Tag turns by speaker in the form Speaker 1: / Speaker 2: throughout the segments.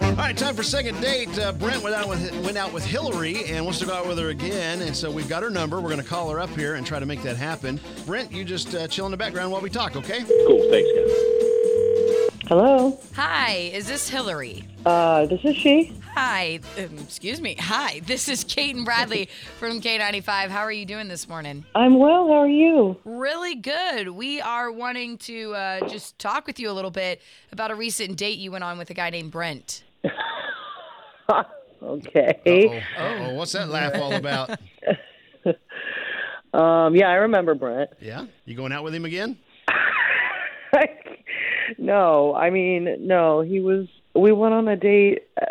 Speaker 1: All right, time for second date. Uh, Brent went out with went out with Hillary and wants to go out with her again, and so we've got her number. We're going to call her up here and try to make that happen. Brent, you just uh, chill in the background while we talk, okay?
Speaker 2: Cool. Thanks, guys.
Speaker 3: Hello.
Speaker 4: Hi, is this Hillary?
Speaker 3: Uh, this is she.
Speaker 4: Hi, um, excuse me. Hi, this is Kate and Bradley from K95. How are you doing this morning?
Speaker 3: I'm well. How are you?
Speaker 4: Really good. We are wanting to uh, just talk with you a little bit about a recent date you went on with a guy named Brent.
Speaker 3: Okay.
Speaker 1: Oh, what's that laugh all about?
Speaker 3: Um, yeah, I remember Brent.
Speaker 1: Yeah, you going out with him again?
Speaker 3: no, I mean, no, he was. We went on a date. uh,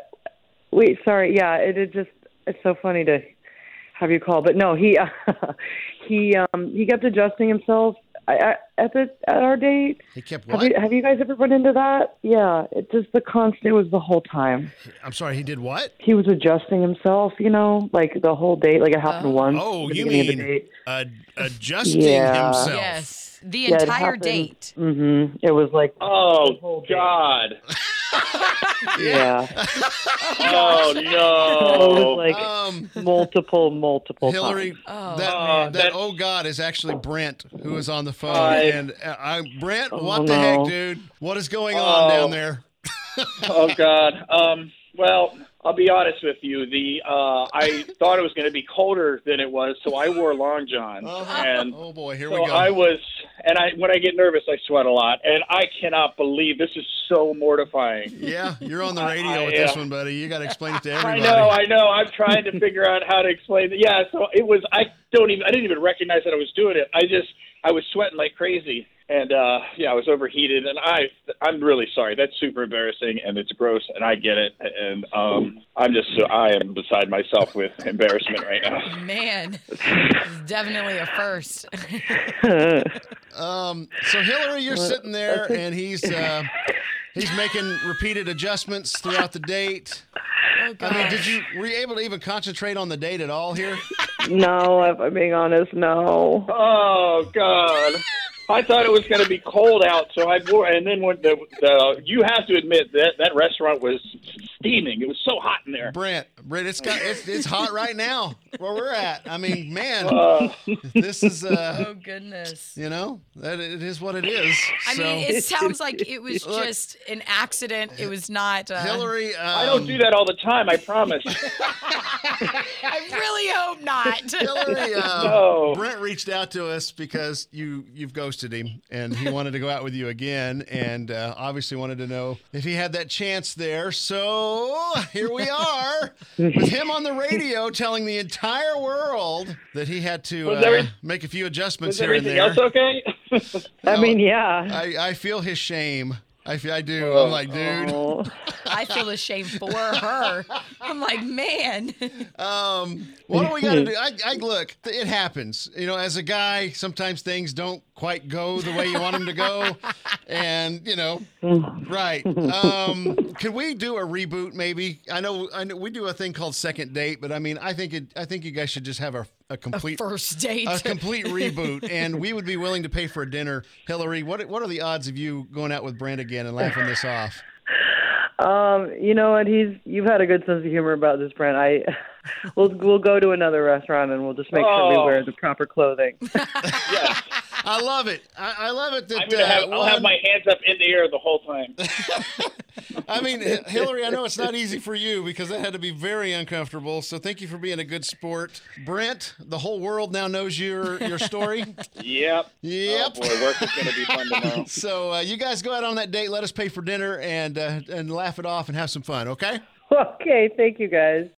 Speaker 3: Wait, sorry. Yeah, it, it just. It's so funny to have you call, but no, he he um he kept adjusting himself I, I, at the at our date.
Speaker 1: He kept
Speaker 3: Have
Speaker 1: what?
Speaker 3: you, have you guys ever run into that? Yeah, it just the constant. It was the whole time.
Speaker 1: I'm sorry, he did what?
Speaker 3: he was adjusting himself, you know, like the whole date, like it happened once.
Speaker 1: Oh,
Speaker 3: at the
Speaker 1: you
Speaker 3: beginning of the
Speaker 1: mean
Speaker 3: date.
Speaker 1: uh, adjusting
Speaker 3: Yeah.
Speaker 1: himself?
Speaker 4: Yes, the
Speaker 3: it
Speaker 4: entire
Speaker 3: happened.
Speaker 4: date.
Speaker 3: Mhm. It was like,
Speaker 2: Oh, God.
Speaker 3: yeah,
Speaker 2: Oh,
Speaker 3: it was
Speaker 2: no.
Speaker 3: like
Speaker 1: Um,
Speaker 3: multiple, multiple
Speaker 1: Hillary,
Speaker 3: times.
Speaker 4: Oh,
Speaker 1: that,
Speaker 2: Oh,
Speaker 1: that,
Speaker 2: that-
Speaker 1: oh God is actually Brent who is on the phone.
Speaker 2: Hi.
Speaker 1: and uh, I, Brent,
Speaker 3: Oh,
Speaker 1: what the
Speaker 3: no.
Speaker 1: heck, dude? What is going on
Speaker 2: Oh.
Speaker 1: down there?
Speaker 2: Oh, God. Um, well, I'll be honest with you. The uh, I thought it was going to be colder than it was, so I wore long johns.
Speaker 1: Uh-huh.
Speaker 2: And
Speaker 1: Oh boy, here
Speaker 2: so
Speaker 1: we go.
Speaker 2: I was, and I when I get nervous, I sweat a lot. And I cannot believe this is so mortifying.
Speaker 1: yeah, you're on the radio
Speaker 2: I-
Speaker 1: with this
Speaker 2: yeah.
Speaker 1: one, buddy. You got to explain it to
Speaker 2: I
Speaker 1: everybody.
Speaker 2: know, I know. I'm trying to figure out how to explain it. Yeah, so it was. I don't even. I didn't even recognize that I was doing it. I just. I was sweating like crazy, and uh, yeah, I was overheated. And I. I'm really sorry. That's super embarrassing, and it's gross, and I get it. And um, I'm just. So, I am beside myself with embarrassment right now.
Speaker 4: man. Oh, It's definitely a first.
Speaker 1: Um, so Hillary, you're sitting there, and he's uh, he's making repeated adjustments throughout the date.
Speaker 4: Oh,
Speaker 1: I mean, did
Speaker 4: gosh.
Speaker 1: you were you able to even concentrate on the date at all here?
Speaker 3: no, if I'm being honest, no.
Speaker 2: Oh God. I thought it was going to be cold out, so I wore. And then when the, the you have to admit that that restaurant was steaming. It was so hot in there.
Speaker 1: Brent, Brent, it's got it's, it's hot right now where we're at. I mean, man,
Speaker 2: Uh,
Speaker 1: this is uh,
Speaker 4: Oh, goodness.
Speaker 1: you know, that it is what it is.
Speaker 4: I
Speaker 1: so,
Speaker 4: mean, it sounds like it was just an accident. It was not. Uh,
Speaker 1: Hillary, um,
Speaker 2: I don't do that all the time. I promise.
Speaker 4: I really hope not.
Speaker 1: Hillary, um,
Speaker 2: No.
Speaker 1: Brent reached out to us because you you've ghosted him, and he wanted to go out with you again, and uh, obviously wanted to know if he had that chance there. So here we are with him on the radio telling the entire world that he had to
Speaker 2: Was
Speaker 1: uh,
Speaker 2: every-
Speaker 1: make a few adjustments
Speaker 2: Is
Speaker 1: here and
Speaker 2: everything
Speaker 1: there.
Speaker 2: else okay?
Speaker 3: I mean, yeah.
Speaker 1: I, I feel his shame. I, f- I do. I'm like, dude.
Speaker 3: Oh.
Speaker 4: I feel ashamed for her. I'm like, man.
Speaker 1: Um, what do we got to do? I, I look, th- it happens. You know, as a guy, sometimes things don't quite go the way you want them to go, and you know, right? Um, could we do a reboot? Maybe I know, I know we do a thing called second date, but I mean, I think it, I think you guys should just have a, a complete.
Speaker 4: First date.
Speaker 1: a complete reboot, and we would be willing to pay for a dinner. Hillary, what what are the odds of you going out with Brent again and laughing this off?
Speaker 3: Um, you know what? He's you've had a good sense of humor about this, Brent. I we'll we'll go to another restaurant and we'll just make sure we
Speaker 2: Oh.
Speaker 3: wear the proper clothing.
Speaker 2: yes.
Speaker 1: I love it. I, I love it that
Speaker 2: I'm gonna have,
Speaker 1: uh,
Speaker 2: I'll have
Speaker 1: one-
Speaker 2: my hands up in the air the whole time.
Speaker 1: I mean, Hi- Hillary, I know it's not easy for you because that had to be very uncomfortable. So thank you for being a good sport, Brent. The whole world now knows your your story.
Speaker 2: Yep.
Speaker 1: Yep.
Speaker 2: Oh, boy, work is gonna be fun tomorrow.
Speaker 1: so uh, you guys go out on that date. Let us pay for dinner and uh, and laugh it off and have some fun. Okay.
Speaker 3: okay, thank you guys.